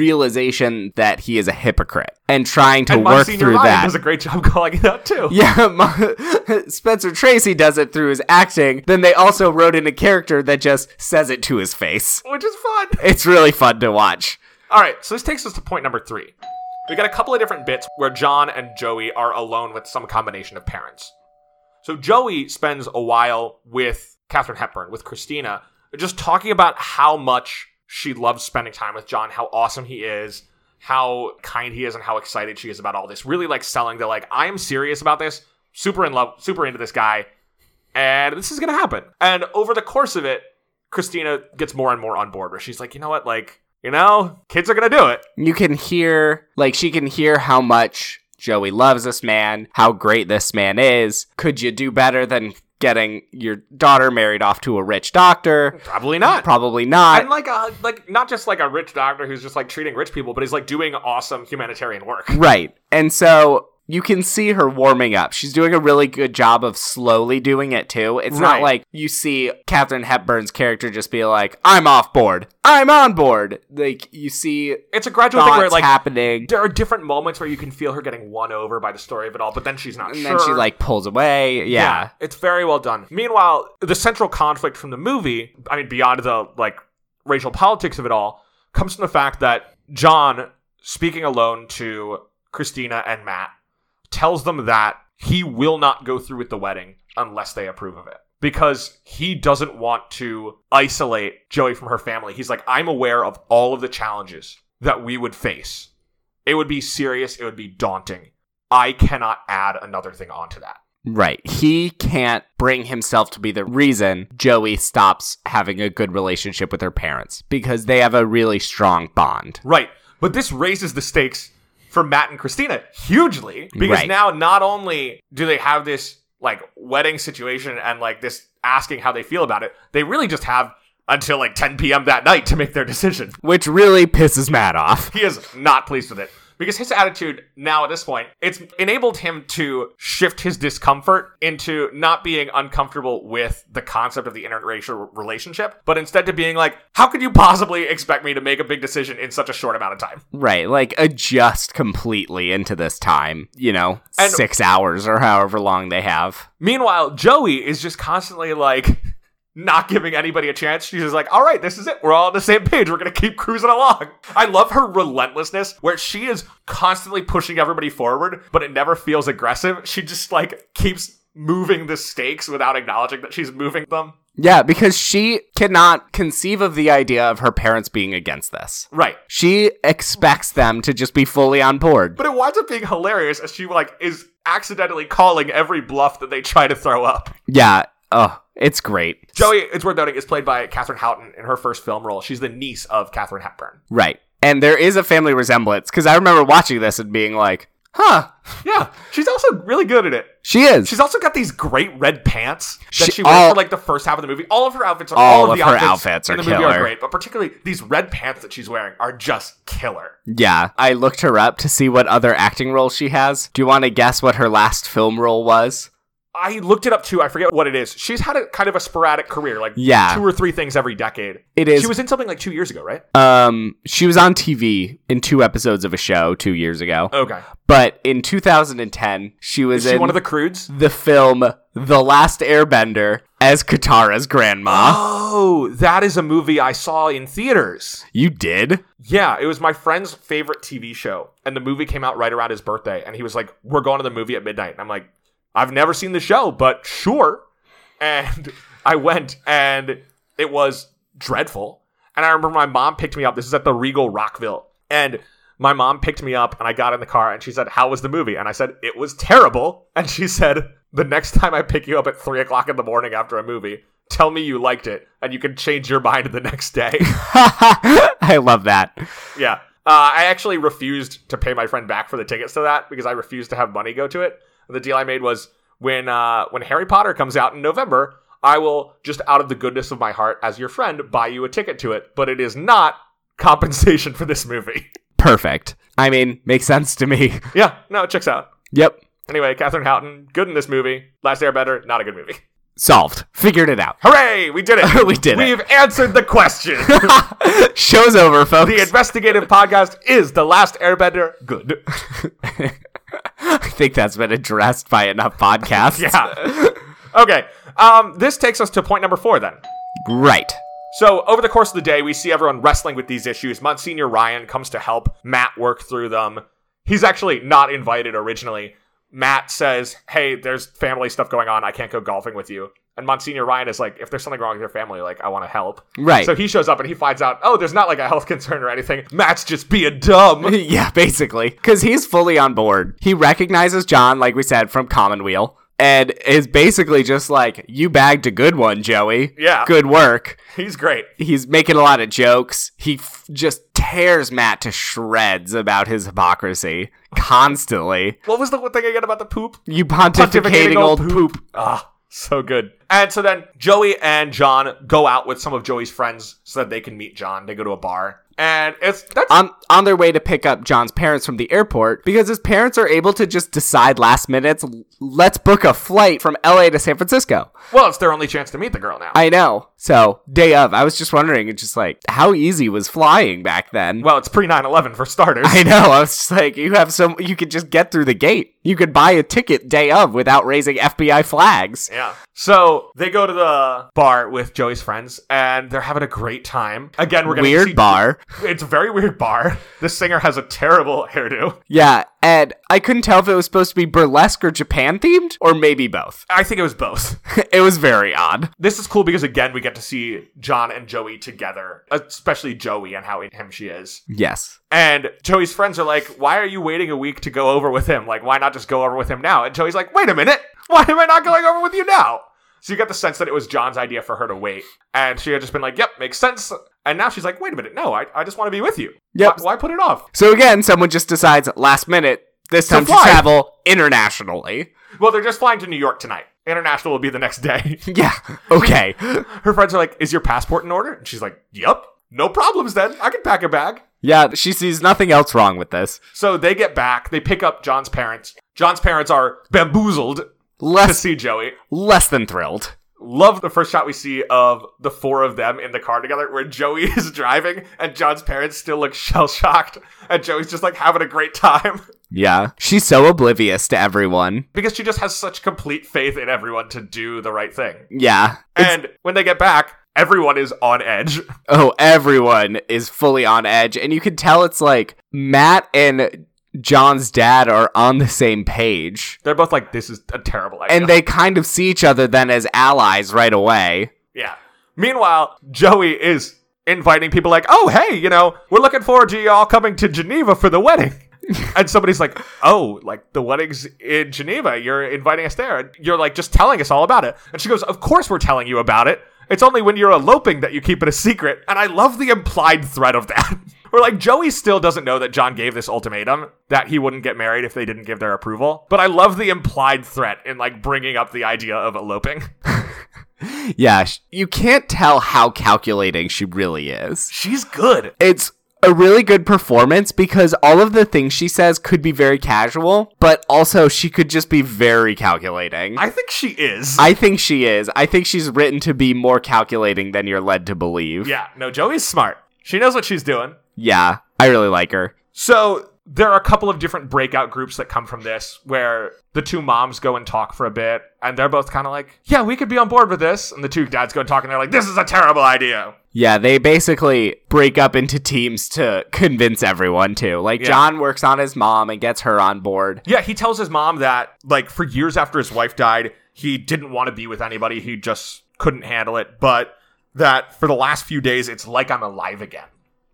Speaker 2: realization that he is a hypocrite and trying to
Speaker 1: and my
Speaker 2: work
Speaker 1: senior
Speaker 2: through
Speaker 1: Ryan
Speaker 2: that.
Speaker 1: does a great job calling it out too.
Speaker 2: yeah, Ma- Spencer Tracy does it through his acting. Then they also wrote in a character that just says it to his face.
Speaker 1: Which is fun.
Speaker 2: It's really fun to watch.
Speaker 1: All right, so this takes us to point number three. We got a couple of different bits where John and Joey are alone with some combination of parents. So Joey spends a while with Katherine Hepburn, with Christina, just talking about how much she loves spending time with John, how awesome he is, how kind he is, and how excited she is about all this. Really like selling the like, I am serious about this, super in love, super into this guy, and this is gonna happen. And over the course of it, Christina gets more and more on board where she's like, you know what, like, you know, kids are gonna do it.
Speaker 2: You can hear, like, she can hear how much Joey loves this man, how great this man is. Could you do better than getting your daughter married off to a rich doctor?
Speaker 1: Probably not.
Speaker 2: Probably not.
Speaker 1: and like a like not just like a rich doctor who's just like treating rich people, but he's like doing awesome humanitarian work.
Speaker 2: right. And so you can see her warming up. She's doing a really good job of slowly doing it too. It's not
Speaker 1: Right.
Speaker 2: like you see Katherine Hepburn's character just be like, "I'm off board. I'm on board." Like you see
Speaker 1: It's a gradual thing
Speaker 2: thoughts
Speaker 1: where like
Speaker 2: happening,
Speaker 1: there are different moments where you can feel her getting won over by the story of it all, but then she's not
Speaker 2: and
Speaker 1: sure.
Speaker 2: then she like pulls away. Yeah,
Speaker 1: it's very well done. Meanwhile, the central conflict from the movie, I mean, beyond the like racial politics of it all, comes from the fact that John, speaking alone to Christina and Matt, tells them that he will not go through with the wedding unless they approve of it. Because he doesn't want to isolate Joey from her family. He's like, I'm aware of all of the challenges that we would face. It would be serious, it would be daunting. I cannot add another thing onto that.
Speaker 2: right. He can't bring himself to be the reason Joey stops having a good relationship with her parents because they have a really strong bond.
Speaker 1: Right. But this raises the stakes for Matt and Christina hugely because
Speaker 2: Right.
Speaker 1: now not only do they have this like wedding situation and like this asking how they feel about it, they really just have until like 10 p.m. that night to make their decision.
Speaker 2: Which really pisses Matt off.
Speaker 1: He is not pleased with it because his attitude now at this point it's enabled him to shift his discomfort into not being uncomfortable with the concept of the interracial relationship, but instead to being like, how could you possibly expect me to make a big decision in such a short amount of time?
Speaker 2: Right, like adjust completely into this time, you know,
Speaker 1: And-
Speaker 2: six hours or however long they have.
Speaker 1: Meanwhile, Joey is just constantly like not giving anybody a chance. She's just like, all right, this is it. We're all on the same page. We're going to keep cruising along. I love her relentlessness where she is constantly pushing everybody forward, but it never feels aggressive. She just like keeps moving the stakes without acknowledging that she's moving them.
Speaker 2: Yeah, because she cannot conceive of the idea of her parents being against this.
Speaker 1: Right.
Speaker 2: She expects them to just be fully on board.
Speaker 1: But it winds up being hilarious as she like is accidentally calling every bluff that they try to throw up.
Speaker 2: Yeah, oh, it's great.
Speaker 1: Joey, it's worth noting, is played by Katherine Houghton in her first film role. She's the niece of Katherine Hepburn.
Speaker 2: Right. And there is a family resemblance because I remember watching this and being like, huh,
Speaker 1: Yeah, she's also really good at it.
Speaker 2: she is.
Speaker 1: She's also got these great red pants that she,
Speaker 2: She-
Speaker 1: wears
Speaker 2: all-
Speaker 1: for like the first half of the movie. All of her outfits are all,
Speaker 2: All
Speaker 1: of,
Speaker 2: of
Speaker 1: the
Speaker 2: her
Speaker 1: outfits,
Speaker 2: outfits
Speaker 1: in
Speaker 2: are
Speaker 1: the movie are
Speaker 2: killer.
Speaker 1: great, but particularly these red pants that she's wearing are just killer.
Speaker 2: Yeah, I looked her up to see what other acting roles she has. Do you want to guess what her last film role was?
Speaker 1: I looked it up too. I forget what it is. She's had a kind of a sporadic career, like
Speaker 2: Yeah.
Speaker 1: two or three things every decade.
Speaker 2: It is
Speaker 1: She was in something like two years ago, right?
Speaker 2: Um, she was on TV in two episodes of a show two years ago,
Speaker 1: Okay.
Speaker 2: but in 2010 she was
Speaker 1: Oh. Is she
Speaker 2: in
Speaker 1: one of the crudes?
Speaker 2: the film The Last Airbender as Katara's grandma.
Speaker 1: Oh, that is a movie I saw in theaters.
Speaker 2: you did?
Speaker 1: Yeah, it was my friend's favorite TV show, and the movie came out right around his birthday, and he was like, "We're going to the movie at midnight." And I'm like, "I've never seen the show, but sure." And I went, and it was dreadful. And I remember my mom picked me up. This is at the Regal Rockville, and my mom picked me up, and I got in the car, and she said, "How was the movie?" And I said, "It was terrible." And she said, "The next time I pick you up at three o'clock in the morning after a movie." Tell me you liked it, and you can change your mind the next day.
Speaker 2: I love that.
Speaker 1: Yeah. Uh, I actually refused to pay my friend back for the tickets to that because I refused to have money go to it. The deal I made was when uh, when Harry Potter comes out in November, I will just out of the goodness of my heart, as your friend, buy you a ticket to it. But it is not compensation for this movie.
Speaker 2: Perfect. I mean, makes sense to me.
Speaker 1: yeah, no, it checks out.
Speaker 2: yep.
Speaker 1: Anyway, Catherine Houghton, good in this movie. Last Airbender, not a good movie.
Speaker 2: Solved. Figured it out.
Speaker 1: Hooray, we did it.
Speaker 2: We did it.
Speaker 1: We've answered the question.
Speaker 2: Show's over, folks.
Speaker 1: the investigative podcast is the Last Airbender. Good.
Speaker 2: I think that's been addressed by enough podcasts.
Speaker 1: Yeah. okay. Um, this takes us to point number four then.
Speaker 2: Right.
Speaker 1: So over the course of the day, we see everyone wrestling with these issues. Monsignor Ryan comes to help Matt work through them. He's actually not invited originally. Matt says, "Hey, there's family stuff going on. I can't go golfing with you." And Monsignor Ryan is like, "If there's something wrong with your family, like I want to help."
Speaker 2: Right.
Speaker 1: So he shows up and he finds out, "Oh, there's not like a health concern or anything. Matt's just being dumb."
Speaker 2: yeah, basically. Because he's fully on board. He recognizes John, like we said, from Commonweal, and is basically just like, You bagged a good one, Joey.
Speaker 1: Yeah.
Speaker 2: Good work.
Speaker 1: He's great.
Speaker 2: He's making a lot of jokes. He f- just tears Matt to shreds about his hypocrisy constantly.
Speaker 1: What was the one thing again about the poop?
Speaker 2: You pontificating old poop.
Speaker 1: Ah, so good. And so then Joey and John go out with some of Joey's friends so that they can meet John. They go to a bar. and it's that's
Speaker 2: on on their way to pick up John's parents from the airport because his parents are able to just decide last minute, let's book a flight from LA to San Francisco.
Speaker 1: well, it's their only chance to meet the girl now.
Speaker 2: I know. So, day of, I was just wondering, it's just like, how easy was flying back then?
Speaker 1: well, it's pre 9/11 for starters.
Speaker 2: I know. I was just like, you have some, you could just get through the gate. You could buy a ticket day of without raising FBI flags.
Speaker 1: Yeah. So they go to the bar with Joey's friends, and they're having a great time. Again, we're gonna see-
Speaker 2: Weird bar.
Speaker 1: It's a very weird bar. This singer has a terrible hairdo.
Speaker 2: Yeah. And I couldn't tell if it was supposed to be burlesque or Japan themed or maybe both.
Speaker 1: I think it was both.
Speaker 2: it was very odd.
Speaker 1: This is cool because again, we get to see John and Joey together, especially Joey and how in him she is.
Speaker 2: Yes.
Speaker 1: And Joey's friends are like, "Why are you waiting a week to go over with him? Like, why not just go over with him now?" And Joey's like, "Wait a minute, why am I not going over with you now?" So you get the sense that it was John's idea for her to wait, and she had just been like, "Yep, makes sense." And now she's like, "Wait a minute, no, I, I just want to be with you.
Speaker 2: Yep.
Speaker 1: Why, why put it off?"
Speaker 2: So again, someone just decides last minute, this time to
Speaker 1: fly.
Speaker 2: travel internationally.
Speaker 1: Well, they're just flying to New York tonight. International will be the next day.
Speaker 2: Yeah. Okay.
Speaker 1: Her friends are like, "Is your passport in order?" And she's like, "Yep, no problems. Then I can pack a bag."
Speaker 2: yeah. She sees nothing else wrong with this.
Speaker 1: So they get back. They pick up John's parents. John's parents are bamboozled to
Speaker 2: Less,
Speaker 1: see Joey.
Speaker 2: less than thrilled.
Speaker 1: Love the first shot we see of the four of them in the car together, where Joey is driving and John's parents still look shell shocked, and Joey's just like having a great time
Speaker 2: Yeah. She's so oblivious to everyone.
Speaker 1: because she just has such complete faith in everyone to do the right thing.
Speaker 2: Yeah. It's-
Speaker 1: And when they get back, everyone is on edge.
Speaker 2: oh, everyone is fully on edge. And you can tell it's like Matt and John's dad are on the same page.
Speaker 1: They're both like, "This is a terrible idea."
Speaker 2: And they kind of see each other then as allies right away.
Speaker 1: Yeah. Meanwhile, Joey is inviting people like, "Oh, hey, you know, we're looking forward to y'all coming to Geneva for the wedding." and somebody's like, "Oh, like the wedding's in Geneva. You're inviting us there. And you're like just telling us all about it." And she goes, "Of course we're telling you about it. It's only when you're eloping that you keep it a secret." And I love the implied threat of that. Or like Joey still doesn't know that John gave this ultimatum that he wouldn't get married if they didn't give their approval. But I love the implied threat in like bringing up the idea of eloping.
Speaker 2: Yeah. sh- You can't tell how calculating she really is.
Speaker 1: She's good.
Speaker 2: it's a really good performance because all of the things she says could be very casual, but also she could just be very calculating. I,
Speaker 1: I think she is.
Speaker 2: think she is. I think she's written to be more calculating than you're led to believe.
Speaker 1: yeah, no, Joey's smart. She knows what she's doing.
Speaker 2: Yeah, I really like her.
Speaker 1: So there are a couple of different breakout groups that come from this where the two moms go and talk for a bit and they're both kind of like, yeah, we could be on board with this. And the two dads go and talk and they're like, this is a terrible idea.
Speaker 2: Yeah, they basically break up into teams to convince everyone to. Like,
Speaker 1: Yeah.
Speaker 2: John works on his mom and gets her on board.
Speaker 1: Yeah, he tells his mom that, like, for years after his wife died, he didn't want to be with anybody. He just couldn't handle it. But that for the last few days, it's like I'm alive again.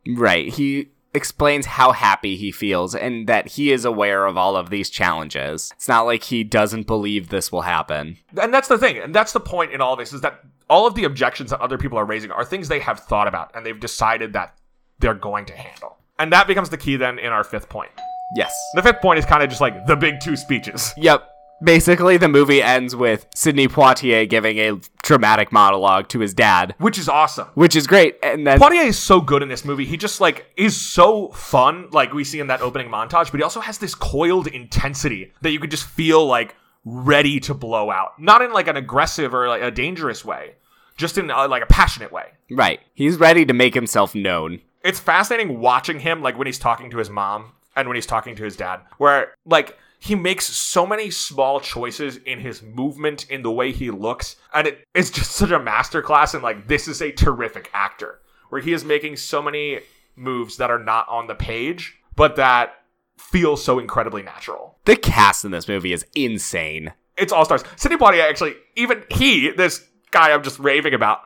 Speaker 2: Right. He explains how happy he feels and that he is aware of all of these challenges. It's not like he doesn't believe this will happen.
Speaker 1: and that's the thing and that's the point in all this is that all of the objections that other people are raising are things they have thought about and they've decided that they're going to handle and that becomes the key then in our fifth point
Speaker 2: Yes.
Speaker 1: the fifth point is kind of just like the big two speeches
Speaker 2: Yep. Basically, the movie ends with Sidney Poitier giving a dramatic monologue to his dad,
Speaker 1: which is awesome
Speaker 2: which is great. And then,
Speaker 1: Poitier is so good in this movie. He just like is so fun, like we see in that opening montage, but he also has this coiled intensity that you could just feel like ready to blow out. Not in like an aggressive or like a dangerous way, just in uh, like a passionate way.
Speaker 2: right, he's ready to make himself known.
Speaker 1: it's fascinating watching him like when he's talking to his mom and when he's talking to his dad where like he makes so many small choices in his movement in the way he looks and it, it's just such a masterclass and like this is a terrific actor where he is making so many moves that are not on the page but that feel so incredibly natural
Speaker 2: The cast in this movie is insane.
Speaker 1: it's all stars sidney Poitier actually even he this guy i'm just raving about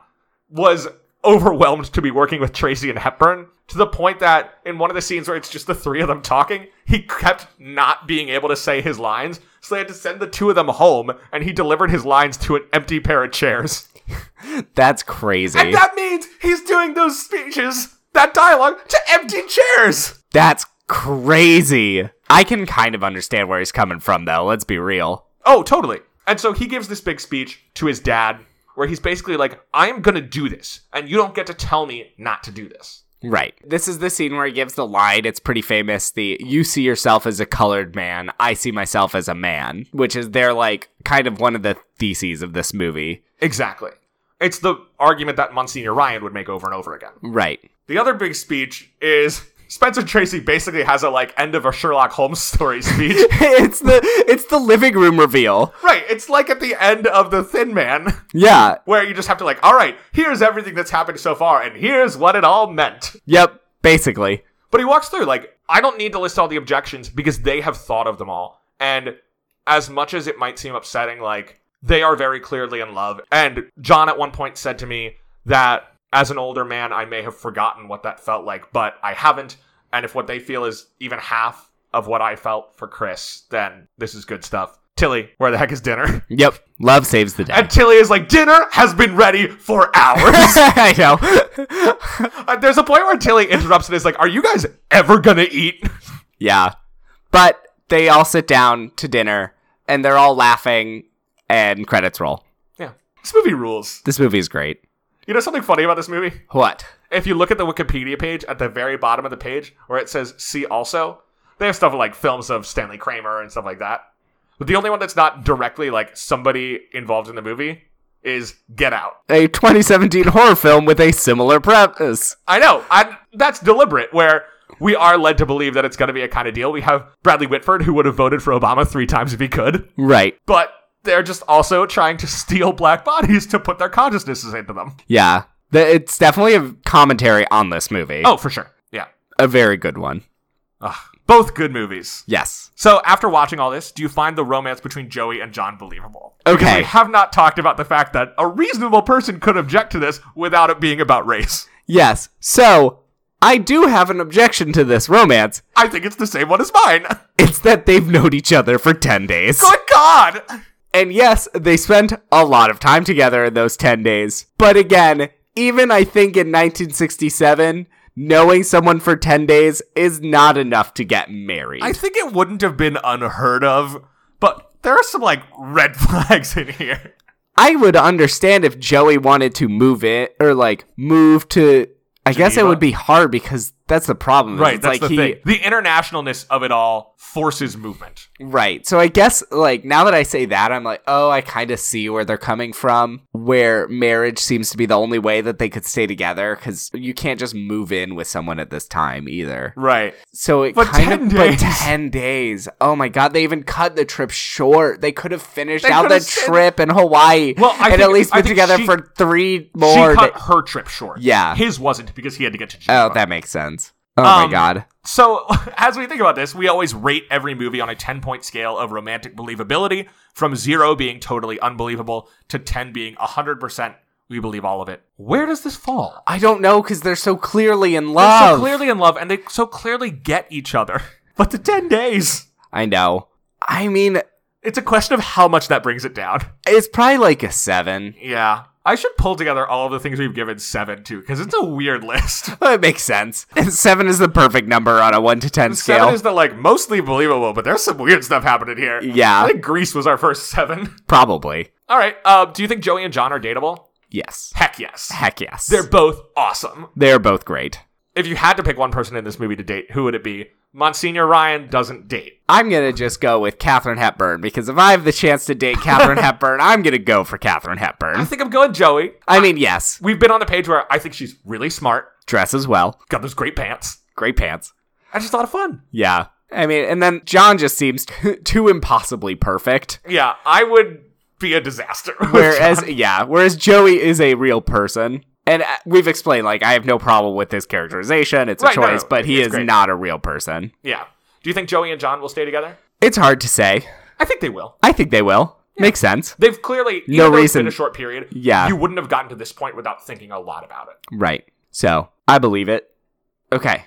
Speaker 1: was overwhelmed to be working with Tracy and Hepburn to the point that in one of the scenes where it's just the three of them talking, he kept not being able to say his lines. So they had to send the two of them home, and he delivered his lines to an empty pair of chairs.
Speaker 2: That's crazy.
Speaker 1: And that means he's doing those speeches, that dialogue, to empty chairs.
Speaker 2: That's crazy. I can kind of understand where he's coming from, though. Let's be real.
Speaker 1: Oh, totally. And so he gives this big speech to his dad where he's basically like, I'm going to do this, and you don't get to tell me not to do this.
Speaker 2: Right. This is the scene where he gives the line. It's pretty famous. The you see yourself as a colored man, I see myself as a man, which is their like kind of one of the theses of this movie.
Speaker 1: Exactly. It's the argument that Monsignor Ryan would make over and over again.
Speaker 2: Right.
Speaker 1: The other big speech is Spencer Tracy basically has a like end of a Sherlock Holmes story speech.
Speaker 2: it's the it's the living room reveal.
Speaker 1: right, it's like at the end of The Thin Man
Speaker 2: Yeah.
Speaker 1: where you just have to like, all right, here's everything that's happened so far and here's what it all meant.
Speaker 2: Yep. Basically.
Speaker 1: But he walks through like, I don't need to list all the objections because they have thought of them all. And as much as it might seem upsetting, like they are very clearly in love. And John at one point said to me that as an older man, I may have forgotten what that felt like, but I haven't. And if what they feel is even half of what I felt for Chris, then this is good stuff. Tilly, where the heck is dinner?
Speaker 2: Yep. Love saves the day.
Speaker 1: And Tilly is like, dinner has been ready for hours.
Speaker 2: I know.
Speaker 1: Uh, There's a point where Tilly interrupts and is like, are you guys ever gonna eat?
Speaker 2: yeah. But they all sit down to dinner and they're all laughing and credits roll.
Speaker 1: Yeah. This movie rules.
Speaker 2: This movie is great.
Speaker 1: You know something funny about this movie?
Speaker 2: What?
Speaker 1: If you look at the Wikipedia page at the very bottom of the page where it says see also, they have stuff like films of Stanley Kramer and stuff like that. But the only one that's not directly like somebody involved in the movie is Get Out.
Speaker 2: A 2017 horror film with a similar premise.
Speaker 1: I know. I, that's deliberate where we are led to believe that it's going to be a kind of deal. We have Bradley Whitford who would have voted for Obama 3 times if he could,
Speaker 2: Right.
Speaker 1: but they're just also trying to steal black bodies to put their consciousnesses into them.
Speaker 2: Yeah. Th- It's definitely a commentary on this movie.
Speaker 1: Oh, for sure. Yeah.
Speaker 2: A very good one.
Speaker 1: Ugh. Both good movies.
Speaker 2: Yes.
Speaker 1: So after watching all this, do you find the romance between Joey and John believable?
Speaker 2: Okay.
Speaker 1: Because we have not talked about the fact that a reasonable person could object to this without it being about race.
Speaker 2: Yes. So, I do have an objection to this romance.
Speaker 1: I think it's the same one as mine.
Speaker 2: It's that they've known each other for 10 days.
Speaker 1: Good God!
Speaker 2: And yes, they spent a lot of time together in those 10 days. But again, even I think in 1967, knowing someone for 10 days is not enough to get married.
Speaker 1: I think it wouldn't have been unheard of, but there are some like red flags in here.
Speaker 2: I would understand if Joey wanted to move it or like move to. I guess it
Speaker 1: Geneva?
Speaker 2: would be hard because that's the problem. is
Speaker 1: Right,
Speaker 2: it's
Speaker 1: that's
Speaker 2: like
Speaker 1: the
Speaker 2: he,
Speaker 1: thing. The internationalness of it all forces movement.
Speaker 2: Right. So I guess like now that I say that, I'm like, oh, I kind of see where they're coming from. Where marriage seems to be the only way that they could stay together because you can't just move in with someone at this time either.
Speaker 1: Right.
Speaker 2: So it
Speaker 1: But
Speaker 2: kind
Speaker 1: 10
Speaker 2: of but
Speaker 1: days.
Speaker 2: ten days. Oh my god, they even cut the trip short. They could have finished
Speaker 1: They
Speaker 2: out
Speaker 1: could
Speaker 2: the
Speaker 1: have said-
Speaker 2: trip in Hawaii
Speaker 1: Well, I
Speaker 2: and
Speaker 1: think-
Speaker 2: at least
Speaker 1: I
Speaker 2: been
Speaker 1: think
Speaker 2: together
Speaker 1: she-
Speaker 2: for three more.
Speaker 1: she
Speaker 2: days.
Speaker 1: cut her trip short.
Speaker 2: Yeah.
Speaker 1: His wasn't because he had to get to Geneva.
Speaker 2: Oh, that makes sense. Oh
Speaker 1: Um,
Speaker 2: my god.
Speaker 1: So, as we think about this, we always rate every movie on a 10 point scale of romantic believability, from zero being totally unbelievable to 10 being 100%. We believe all of it. Where does this fall?
Speaker 2: I don't know because they're so clearly in
Speaker 1: They're
Speaker 2: love.
Speaker 1: so clearly in love and they so clearly get each other. But the 10 days,
Speaker 2: I know. I mean,
Speaker 1: it's a question of how much that brings it down.
Speaker 2: it's probably like a seven.
Speaker 1: Yeah. I should pull together all of the things we've given seven to because it's a weird list.
Speaker 2: Oh, It makes sense. Seven is the perfect number on a one to ten scale.
Speaker 1: Seven is the like mostly believable, but there's some weird stuff happening here.
Speaker 2: Yeah.
Speaker 1: I think Greece was our first seven.
Speaker 2: probably.
Speaker 1: All right. Uh, do you think Joey and John are dateable?
Speaker 2: Yes.
Speaker 1: Heck yes.
Speaker 2: Heck yes.
Speaker 1: They're both awesome.
Speaker 2: they're both great.
Speaker 1: If you had to pick one person in this movie to date, who would it be? Monsignor Ryan doesn't date.
Speaker 2: I'm gonna just go with Katherine Hepburn because if I have the chance to date Katherine Hepburn, I'm gonna go for Katherine
Speaker 1: I
Speaker 2: Hepburn.
Speaker 1: think I'm going Joey.
Speaker 2: I mean, yes,
Speaker 1: We've been on the page where I think she's really smart,
Speaker 2: dresses well,
Speaker 1: got those great pants.
Speaker 2: great pants.
Speaker 1: I just thought of fun.
Speaker 2: Yeah. I mean, and then John just seems too impossibly perfect.
Speaker 1: Yeah, I would be a disaster. with
Speaker 2: Whereas,
Speaker 1: John.
Speaker 2: yeah, whereas Joey is a real person. And uh, we've explained, like, I have no problem with his characterization. It's a
Speaker 1: Right, no,
Speaker 2: choice,
Speaker 1: no,
Speaker 2: but he
Speaker 1: it's
Speaker 2: is
Speaker 1: great.
Speaker 2: not a real person.
Speaker 1: yeah. Do you think Joey and John will stay together?
Speaker 2: It's hard to say.
Speaker 1: I think they will.
Speaker 2: I think they will. Makes sense.
Speaker 1: They've clearly even
Speaker 2: No
Speaker 1: though It's been
Speaker 2: reason-
Speaker 1: a short period.
Speaker 2: Yeah.
Speaker 1: you wouldn't have gotten to this point without thinking a lot about it.
Speaker 2: Right. So I believe it. Okay.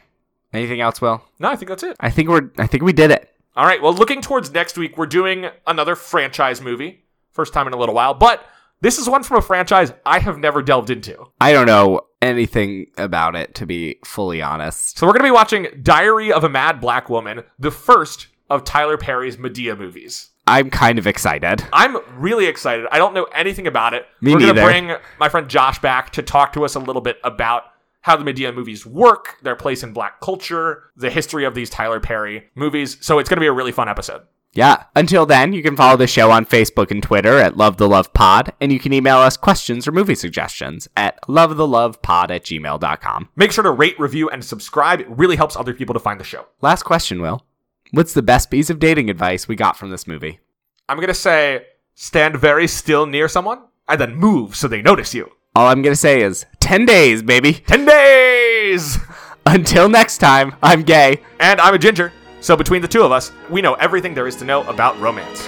Speaker 2: Anything else, Will?
Speaker 1: No, I think that's it.
Speaker 2: I think we're. I think we did it.
Speaker 1: All right. Well, looking towards next week, we're doing another franchise movie. First time in a little while, but this is one from a franchise I have never delved into.
Speaker 2: I don't know anything about it to be fully honest.
Speaker 1: So we're going to be watching Diary of a Mad Black Woman, the first of Tyler Perry's Medea movies.
Speaker 2: I'm kind of excited.
Speaker 1: I'm really excited. I don't know anything about it.
Speaker 2: Me
Speaker 1: we're
Speaker 2: neither.
Speaker 1: to bring my friend Josh back to talk to us a little bit about how the Medea movies work, their place in black culture, the history of these Tyler Perry movies. So it's going to be a really fun episode.
Speaker 2: Yeah. Until then, you can follow the show on Facebook and Twitter at Love the Love Pod, and you can email us questions or movie suggestions at lovethelovepod at gmail.com.
Speaker 1: Make sure to rate, review, and subscribe. It really helps other people to find the show.
Speaker 2: Last question, Will. What's the best piece of dating advice we got from this movie?
Speaker 1: I'm going to say stand very still near someone and then move so they notice you.
Speaker 2: All I'm going to say is 10 days, baby.
Speaker 1: 10 days!
Speaker 2: Until next time, I'm gay.
Speaker 1: And I'm a ginger. So between the two of us, we know everything there is to know about romance.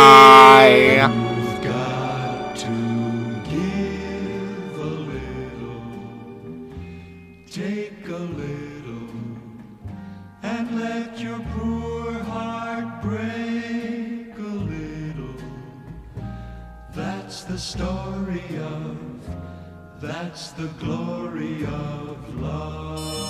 Speaker 2: Bye.
Speaker 3: You've got to give a little, take a little, and let your poor heart break a little. That's the story of, that's the glory of love.